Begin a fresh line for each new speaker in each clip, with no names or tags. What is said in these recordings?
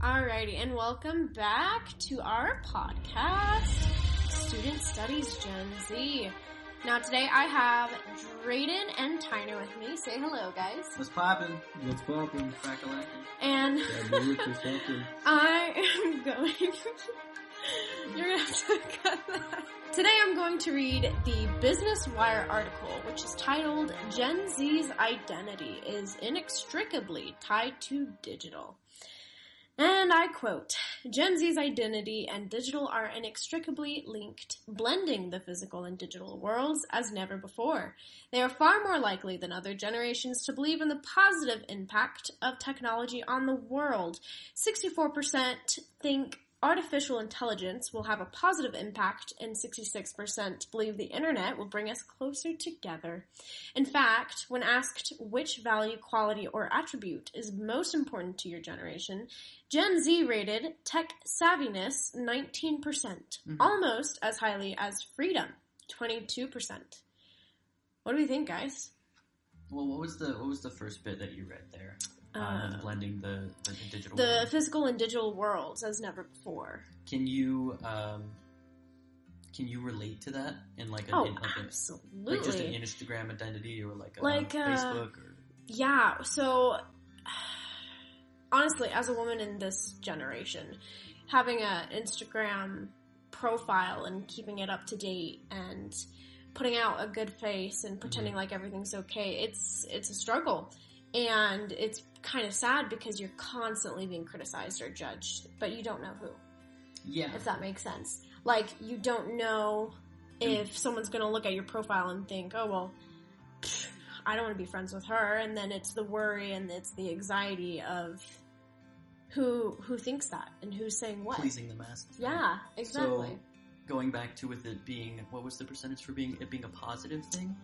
Alrighty, and welcome back to our podcast, Student Studies Gen Z. Now today I have Drayden and Tyner with me. Say hello, guys.
What's poppin'?
What's poppin'?
And
Crack-a-lackin'.
I am going. You're gonna have to cut that. Today I'm going to read the Business Wire article, which is titled Gen Z's Identity is Inextricably Tied to Digital. And I quote Gen Z's identity and digital are inextricably linked, blending the physical and digital worlds as never before. They are far more likely than other generations to believe in the positive impact of technology on the world. 64% think artificial intelligence will have a positive impact, and 66% believe the internet will bring us closer together. In fact, when asked which value, quality, or attribute is most important to your generation, Gen Z rated tech savviness 19%, percent almost as highly as freedom 22%. What do we think, guys?
Well, what was the what was the first bit that you read there? Um,
Uh,
blending the, the, the digital.
the
world.
physical and digital worlds as never before.
Can you um, can you relate to that in like a,
Oh,
in like, a
absolutely.
like just an Instagram identity or like a
Like, uh,
Facebook or
yeah, so honestly, as a woman in this generation, having an Instagram profile and keeping it up to date and putting out a good face and pretending
Mm-hmm.
like everything's okay, it's it's a struggle. And it's kind of sad because you're constantly being criticized or judged, but you don't know who.
yeah.
if that makes sense. Like you don't know if someone's going to look at your profile and think, "Oh well, pfft, I don't want to be friends with her," and then it's the worry and it's the anxiety of who who thinks that and who's saying what.
Pleasing the masses.
Yeah, exactly.
Going back to with it being what was the percentage for being it being a positive thing?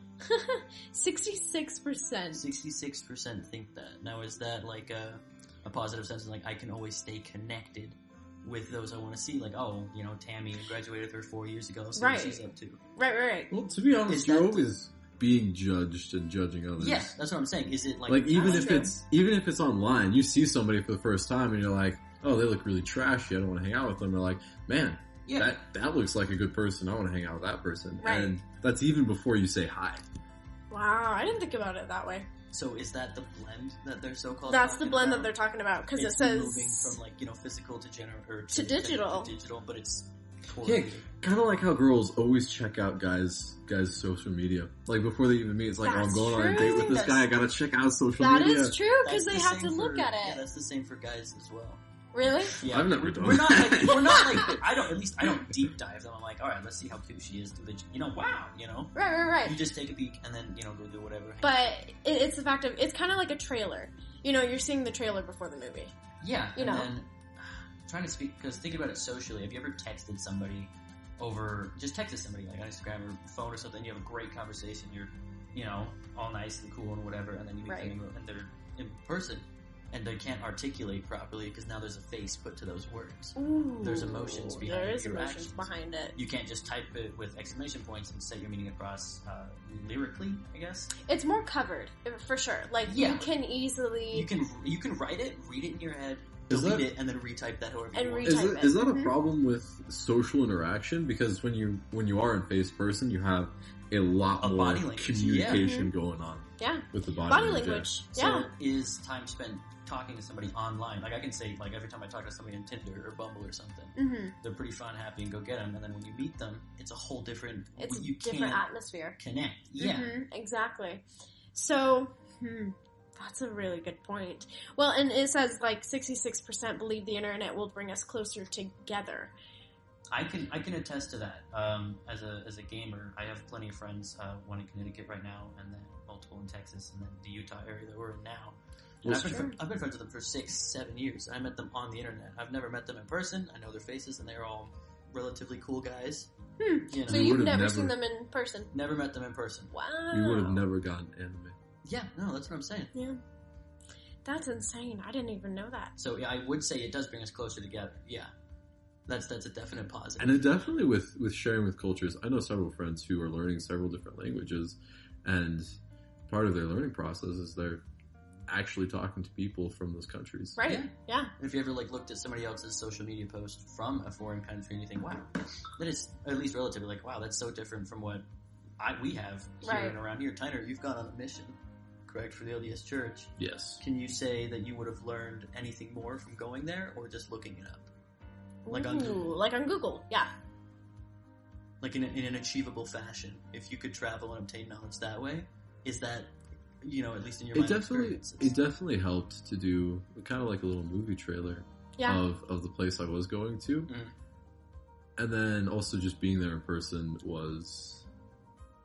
Sixty-six percent.
Sixty six percent think that. Now is that like a a positive sense? in, Like I can always stay connected with those I want to see. Like oh, you know, Tammy graduated with her four years ago. So
Right.
she's up to.
Right, right, right.
Well, to be
Is
honest,
that-
you're always being judged and judging others.
Yes, that's what I'm saying. Is it like,
Like, even
that's
if
true.
it's even if it's online, you see somebody for the first time and you're like, "Oh, they look really trashy. I don't want to hang out with them." They're like, "Man,
yeah,
that that looks like a good person. I want to hang out with that person."
Right.
And that's even before you say hi.
Wow, I didn't think about it that way.
So is that the blend that they're so called?
That's the blend that they're talking about because it
moving
says
from like you know physical to gener- or
To digital.
to digital, but it's toward
Yeah.
you.
Kind of like how girls always check out guys guys' social media. Like before they even meet, it's like, "Oh,
That's
I'm going on a
true.
date with this
That's-
guy. I gotta check out social
that
media."
is true because
That's
they
the
have to
same
look
for-
at
Yeah,
it.
that's the same for guys as well.
Really?
Yeah,
I've never
we're,
done
We're not
that.
like we're not like I don't at least I don't deep dive them. I'm like, all right, let's see how cute she is. Do the you know? Wow, you know.
Right, right, right.
You just take a peek and then you know go do whatever. hang out.
But it, it's the fact of it's kind of like a trailer. You know, you're seeing the trailer before the movie.
yeah,
you
and
know.
Then, I'm trying to speak because thinking about it socially, have you ever texted somebody over just texted somebody like on Instagram or phone or something? You have a great conversation. You're you know all nice and cool and whatever, and then you meet
Right.
them in- and they're in person and they can't articulate properly because now there's a face put to those words.
Ooh,
There's emotions behind
There
it,
is
your
emotions
actions.
behind it.
You can't just type it with exclamation points and set your meaning across uh, lyrically, I guess.
It's more covered for sure. Like
Yeah.
you can easily.
You can you can write it, read it in your head,
Is
delete
that-
it, and then retype that however
And
you want.
retype.
Is, it,
it.
is that a
Mhm.
problem with social interaction? Because when you when you are in face person, you have a lot
A
more
body language,
communication going on
Mm-hmm. yeah,
with the body,
body
language.
language.
So
Yeah,
is time spent talking to somebody online? Like I can say, like every time I talk to somebody on Tinder or Bumble or something,
hmm
they're pretty fun, happy, and go get them. And then when you meet them, it's a whole different.
it's a
you
different
can't
atmosphere.
connect. Yeah,
Mhm, exactly. So, hmm, that's a really good point. Well, and it says like 66% believe the internet will bring us closer together.
I can I can attest to that. Um, as a as a gamer, I have plenty of friends. Uh, one in Connecticut right now, and then multiple in Texas, and then the Utah area that we're in now. And
Well,
I've, been,
sure.
fr- I've been friends with them for six, seven years. I met them on the internet. I've never met them in person. I know their faces, and they're all relatively cool guys.
Hmm.
You know,
So
You
you've
would've
never,
never-
seen them in person.
never met them in person.
Wow.
We would have never gotten anime.
Yeah, no, that's what I'm saying.
Yeah. That's insane. I didn't even know that.
So yeah, I would say it does bring us closer together. Yeah, that's that's a definite positive.
And it definitely with with sharing with cultures. I know several friends who are learning several different languages, and part of their learning process is they're actually talking to people from those countries.
Right?
Yeah.
yeah.
If you ever like looked at somebody else's social media post from a foreign country and you think, wow, that is at least relatively like, wow, that's so different from what I, we have here
Right.
and around here. Tyner, you've gone on a mission, correct, for the LDS Church.
Yes.
Can you say that you would have learned anything more from going there or just looking it up? Like on
Ooh,
Google.
Mm-hmm. Like on Google, yeah.
Like in, a, in an achievable fashion, if you could travel and obtain knowledge that way, is that, you know, at least in your
It
mind,
definitely
experiences?
it definitely helped to do kind of like a little movie trailer
Yeah.
of, of the place I was going to.
Mm.
And then also just being there in person was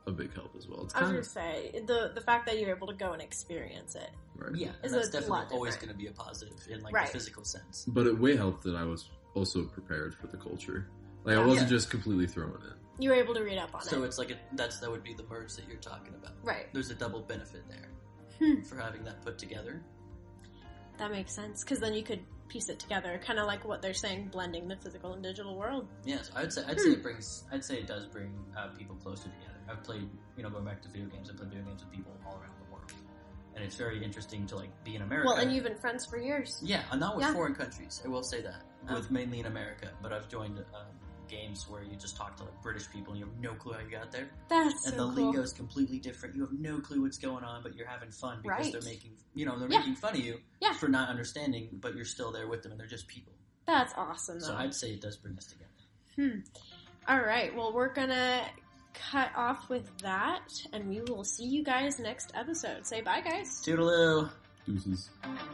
a big help as well. It's
I was
kind
gonna
of
say the the fact that you're able to go and experience it.
right.
Yeah,
It's
and
a
that's
lot
definitely always going
different.
to be a positive in like
Right.
the physical sense.
But it way helped that I was also prepared for the culture. Like I
Yeah.
wasn't just completely thrown in.
You were able to read up on
So
it.
it's like a, that's that would be the merge that you're talking about.
Right.
There's a double benefit there
Hmm.
for having that put together.
That makes sense because then you could piece it together, kind of like what they're saying, blending the physical and digital world.
Yes, I'd say
Hmm.
I'd say it brings I'd say it does bring uh, people closer together. I've played you know going back to video games, I played video games with people all around the world, and it's very interesting to like be in America.
Well, and you've been friends for years.
yeah, and not with
Yeah.
foreign countries. I will say that
Oh.
with mainly in America, but I've joined. Um, Games where you just talk to like British people and you have no clue how you got there,
That's
and
so
the
cool.
lingo is completely different. You have no clue what's going on, but you're having fun because
Right.
they're making you know they're
Yeah.
making fun of you
Yeah.
for not understanding, but you're still there with them, and they're just people.
That's awesome.
So
Though.
I'd say it does bring us together.
All right. Well, we're gonna cut off with that, and we will see you guys next episode. Say bye, guys.
Toodaloo.
Deuces.
Bye.